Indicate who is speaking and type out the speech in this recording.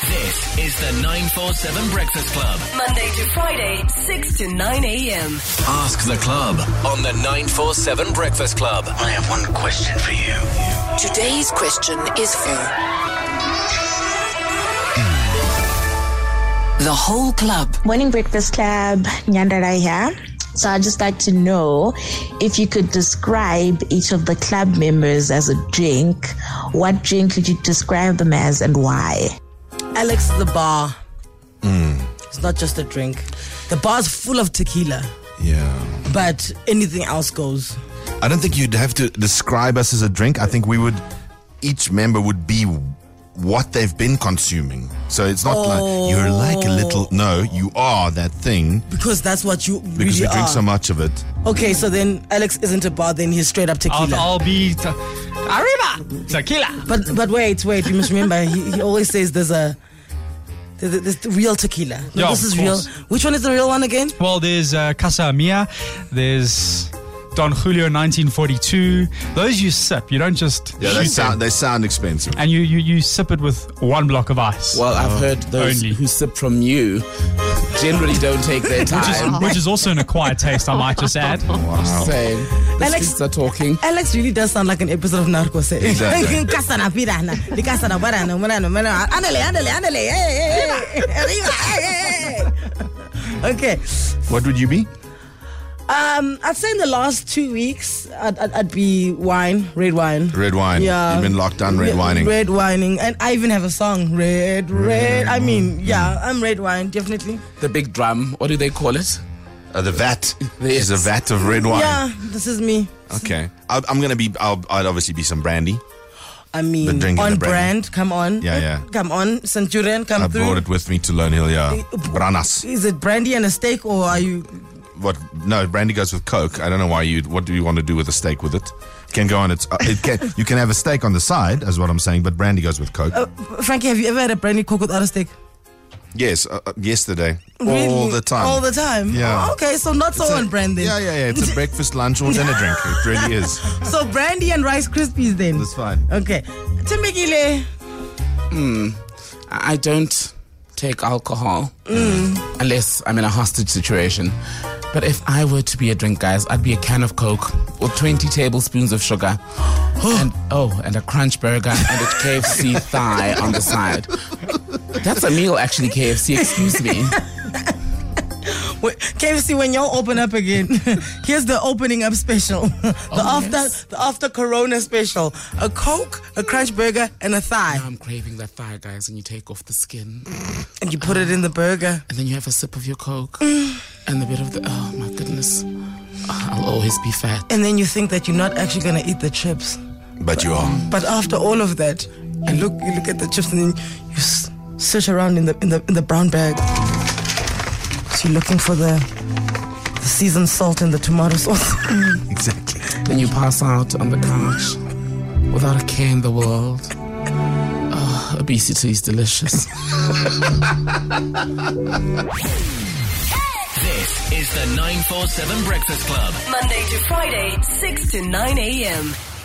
Speaker 1: This is the 947 Breakfast Club.
Speaker 2: Monday to Friday, 6 to 9 a.m.
Speaker 1: Ask the club on the 947 Breakfast Club.
Speaker 3: I have one question for you.
Speaker 4: Today's question is for the whole club.
Speaker 5: Morning Breakfast Club, Nyandara here. So I'd just like to know if you could describe each of the club members as a drink, what drink could you describe them as and why?
Speaker 6: Alex the bar.
Speaker 7: Hmm.
Speaker 6: It's not just a drink. The bar's full of tequila,
Speaker 7: Yeah.
Speaker 6: but anything else goes.
Speaker 7: I don't think you'd have to describe us as a drink. I think we would, each member would be what they've been consuming. So it's not like you're like a little. No, you are that thing
Speaker 6: Because that's what Oh. you
Speaker 7: because
Speaker 6: really
Speaker 7: we
Speaker 6: are.
Speaker 7: drink so much of it.
Speaker 6: Okay, so then Alex isn't a bar, then he's straight up tequila.
Speaker 8: I'll, I'll be t- arriba tequila.
Speaker 6: But but wait, wait, you must remember he, he always says there's a there's, there's the real tequila. No,
Speaker 8: Yeah,
Speaker 6: this
Speaker 8: of
Speaker 6: is real.
Speaker 8: course.
Speaker 6: Which one is the real one again?
Speaker 8: Well, there's uh, Casa Mia. There's Don Julio 1942. Those you sip. You don't just
Speaker 7: Yeah, they
Speaker 8: shoot
Speaker 7: sound
Speaker 8: them.
Speaker 7: they sound expensive.
Speaker 8: And you, you you sip it with one block of ice,
Speaker 9: Well, I've heard those
Speaker 8: Only.
Speaker 9: who sip from you generally don't take their
Speaker 8: which is,
Speaker 9: time.
Speaker 8: which is also an acquired taste, I might just add.
Speaker 9: Same. The
Speaker 6: Alex-
Speaker 9: streets are talking.
Speaker 6: Alex really does sound like an episode of Narcos. eh?
Speaker 7: Exactly.
Speaker 6: Casana pirana, di casana barana, morana, morana. Ándale, ándale, ándale, eh, eh, eh, arriba, eh, eh, eh. Okay.
Speaker 7: What would you be?
Speaker 6: Um, I'd say in the last two weeks, I'd, I'd, I'd be wine, red wine.
Speaker 7: Red wine.
Speaker 6: Yeah.
Speaker 7: You've been locked down red
Speaker 6: Yeah,
Speaker 7: wining.
Speaker 6: Red wining. And I even have a song, Red, Red. I mean, yeah, I'm red wine, definitely.
Speaker 9: The big drum. What do they call it?
Speaker 7: Uh, the vat.
Speaker 9: Yes.
Speaker 7: There's a vat of red wine.
Speaker 6: Yeah, this is me.
Speaker 7: Okay. I, I'm gonna be. I'll, I'd obviously be some brandy.
Speaker 6: I mean,
Speaker 7: The drink
Speaker 6: on
Speaker 7: and the brand.
Speaker 6: brand. Come on.
Speaker 7: Yeah, yeah.
Speaker 6: Come on. Centurion, come
Speaker 7: I
Speaker 6: through.
Speaker 7: brought it with me to Lone Hill. Yeah. Branas.
Speaker 6: Is it brandy and a steak, or are you?
Speaker 7: What? No, brandy goes with coke. I don't know why you. What do you want to do with a steak with it? It Can go on its. Uh, it can. You can have a steak on the side, is what I'm saying. But brandy goes with coke.
Speaker 6: Oh. Frankie, have you ever had a brandy coke without a steak?
Speaker 7: Yes. Uh, uh, yesterday. All
Speaker 6: Really?
Speaker 7: the time.
Speaker 6: All the time.
Speaker 7: Yeah.
Speaker 6: Oh, okay, so not so on brand then.
Speaker 7: Yeah, yeah, yeah. It's a breakfast, lunch, or dinner drink. It really is.
Speaker 6: So brandy and rice krispies then.
Speaker 7: That's fine.
Speaker 6: Okay. Timikile.
Speaker 9: I I don't take alcohol unless I'm in a hostage situation. But if I were to be a drink, guys, I'd be a can of Coke or 20 tablespoons of sugar. and oh, and a crunch burger and a KFC thigh on the side. That's a meal, actually, KFC. Excuse me.
Speaker 6: Wait, KFC, when y'all open up again, here's the opening up special. the
Speaker 7: Oh,
Speaker 6: after the after Corona special. A Coke, a Crunch Burger, and a thigh.
Speaker 9: I'm craving that thigh, guys, and you take off the skin.
Speaker 6: And you put it in the burger.
Speaker 9: and then you have a sip of your coke and a bit of the oh my goodness i'll always be fat
Speaker 6: And then you think that you're not actually gonna eat the chips.
Speaker 7: But you are.
Speaker 6: But after all of that, you look you look at the chips and then you s- search around in the in the in the brown bag. So you're looking for the the seasoned salt and the tomato sauce.
Speaker 7: Exactly.
Speaker 9: then you pass out on the couch without a care in the world oh, obesity is delicious
Speaker 1: This is the 947 Breakfast Club.
Speaker 2: Monday to Friday, 6 to 9 a.m.